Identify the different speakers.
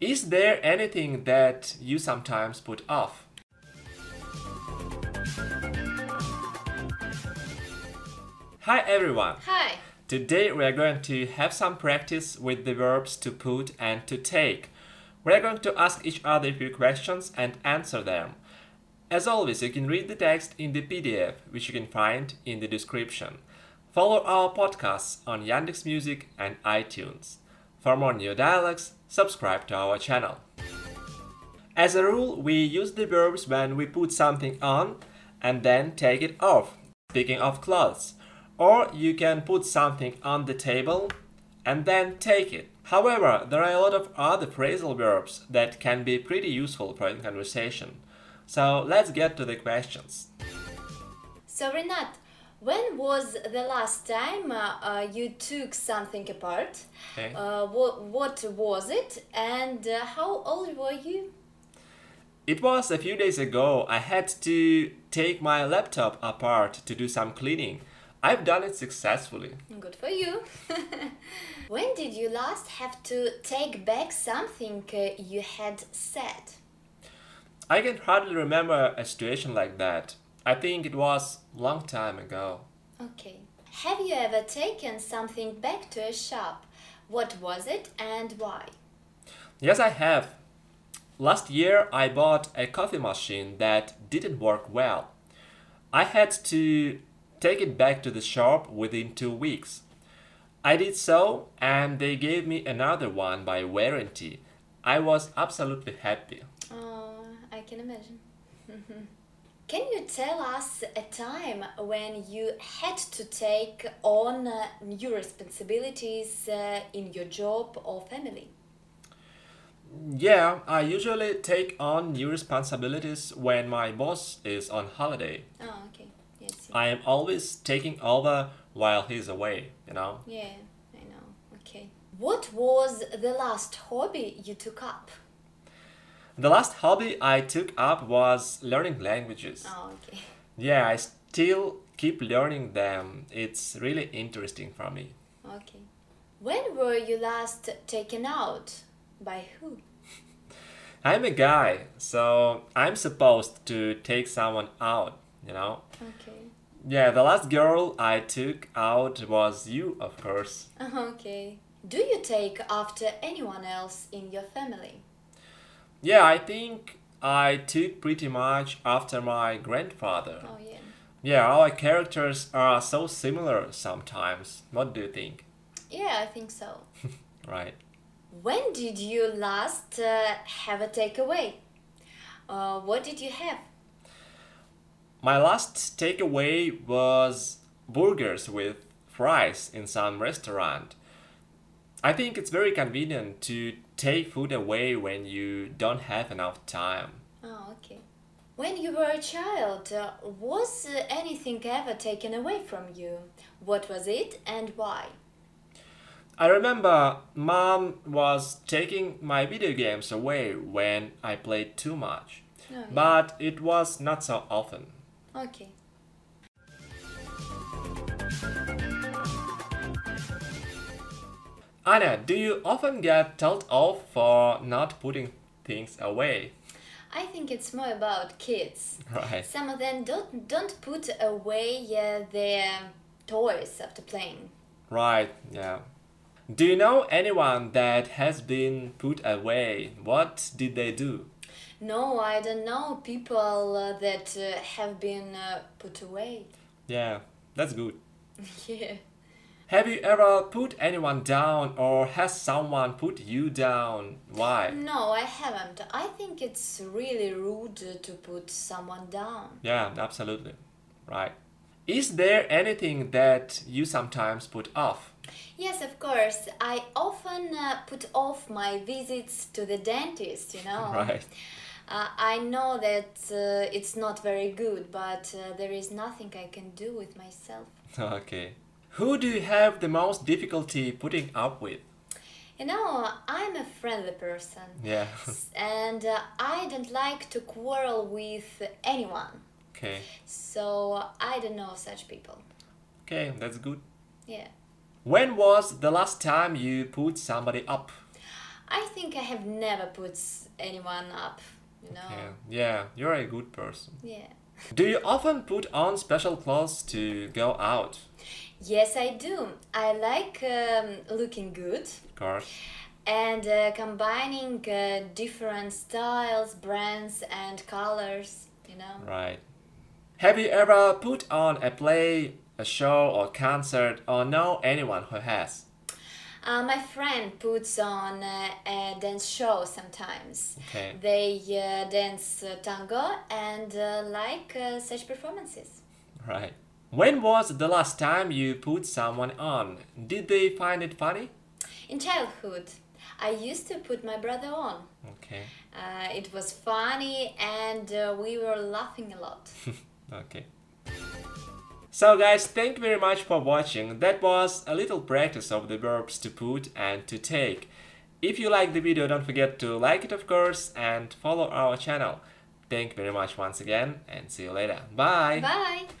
Speaker 1: Is there anything that you sometimes put off? Hi everyone!
Speaker 2: Hi.
Speaker 1: Today we are going to have some practice with the verbs to put and to take. We are going to ask each other a few questions and answer them. As always, you can read the text in the PDF, which you can find in the description. Follow our podcasts on Yandex Music and iTunes. For more new dialogues, subscribe to our channel. As a rule, we use the verbs when we put something on and then take it off, speaking of clothes. Or you can put something on the table and then take it. However, there are a lot of other phrasal verbs that can be pretty useful for in conversation. So let's get to the questions.
Speaker 2: So Renat, when was the last time uh, uh, you took something apart?
Speaker 1: Okay.
Speaker 2: Uh, what, what was it, and uh, how old were you?
Speaker 1: It was a few days ago. I had to take my laptop apart to do some cleaning. I've done it successfully.
Speaker 2: Good for you. when did you last have to take back something uh, you had said?
Speaker 1: I can hardly remember a situation like that. I think it was long time ago.
Speaker 2: Okay. Have you ever taken something back to a shop? What was it and why?
Speaker 1: Yes, I have. Last year, I bought a coffee machine that didn't work well. I had to take it back to the shop within two weeks. I did so, and they gave me another one by warranty. I was absolutely happy.
Speaker 2: Oh, I can imagine. can you tell us a time when you had to take on uh, new responsibilities uh, in your job or family?
Speaker 1: Yeah, I usually take on new responsibilities when my boss is on holiday.
Speaker 2: Oh, okay. Yes. yes.
Speaker 1: I am always taking over while he's away, you know?
Speaker 2: Yeah, I know. Okay. What was the last hobby you took up?
Speaker 1: The last hobby I took up was learning languages.
Speaker 2: Oh, okay.
Speaker 1: Yeah, I still keep learning them. It's really interesting for me.
Speaker 2: Okay. When were you last taken out? By who?
Speaker 1: I'm a guy, so I'm supposed to take someone out, you know?
Speaker 2: Okay.
Speaker 1: Yeah, the last girl I took out was you, of course.
Speaker 2: Okay. Do you take after anyone else in your family?
Speaker 1: Yeah, I think I took pretty much after my grandfather.
Speaker 2: Oh, yeah.
Speaker 1: Yeah, our characters are so similar sometimes. What do you think?
Speaker 2: Yeah, I think so.
Speaker 1: Right.
Speaker 2: When did you last uh, have a takeaway? Uh, what did you have?
Speaker 1: My last takeaway was burgers with fries in some restaurant. I think it's very convenient to take food away when you don't have enough time.
Speaker 2: Oh, okay. When you were a child, uh, was uh, anything ever taken away from you? What was it and why?
Speaker 1: I remember mom was taking my video games away when I played too much,
Speaker 2: Oh, yeah.
Speaker 1: but it was not so often.
Speaker 2: Okay.
Speaker 1: Anna, do you often get told off for not putting things away?
Speaker 2: I think it's more about kids.
Speaker 1: Right.
Speaker 2: Some of them don't don't put away uh, their toys after playing.
Speaker 1: Right, yeah. Do you know anyone that has been put away? What did they do?
Speaker 2: No, I don't know people uh, that uh, have been uh, put away.
Speaker 1: Yeah, that's good.
Speaker 2: yeah.
Speaker 1: Have you ever put anyone down or has someone put you down? Why?
Speaker 2: No, I haven't. I think it's really rude to put someone down.
Speaker 1: Yeah, absolutely. Right. Is there anything that you sometimes put off?
Speaker 2: Yes, of course. I often uh, put off my visits to the dentist, you know.
Speaker 1: Right.
Speaker 2: Uh, I know that uh, it's not very good, but uh, there is nothing I can do with myself.
Speaker 1: Okay. Who do you have the most difficulty putting up with?
Speaker 2: You know, I'm a friendly person
Speaker 1: Yeah.
Speaker 2: and uh, I don't like to quarrel with anyone.
Speaker 1: okay.
Speaker 2: So I don't know such people.
Speaker 1: Okay, that's good.
Speaker 2: Yeah.
Speaker 1: When was the last time you put somebody up?
Speaker 2: I think I have never put anyone up, you know.
Speaker 1: Yeah, yeah, you're a good person.
Speaker 2: yeah.
Speaker 1: Do you often put on special clothes to go out?
Speaker 2: Yes, I do. I like um, looking good
Speaker 1: Of course.
Speaker 2: and uh, combining uh, different styles, brands, and colors, you know.
Speaker 1: Right. Have you ever put on a play, a show, or concert, or know anyone who has?
Speaker 2: Uh, my friend puts on uh, a dance show sometimes.
Speaker 1: Okay.
Speaker 2: They uh, dance uh, tango and uh, like uh, such performances.
Speaker 1: Right. When was the last time you put someone on? Did they find it funny?
Speaker 2: In childhood, I used to put my brother on.
Speaker 1: Okay.
Speaker 2: Uh, it was funny and uh, we were laughing a lot.
Speaker 1: Okay. So guys, thank you very much for watching. That was a little practice of the verbs to put and to take. If you like the video, don't forget to like it of course and follow our channel. Thank you very much once again and see you later. Bye.
Speaker 2: Bye!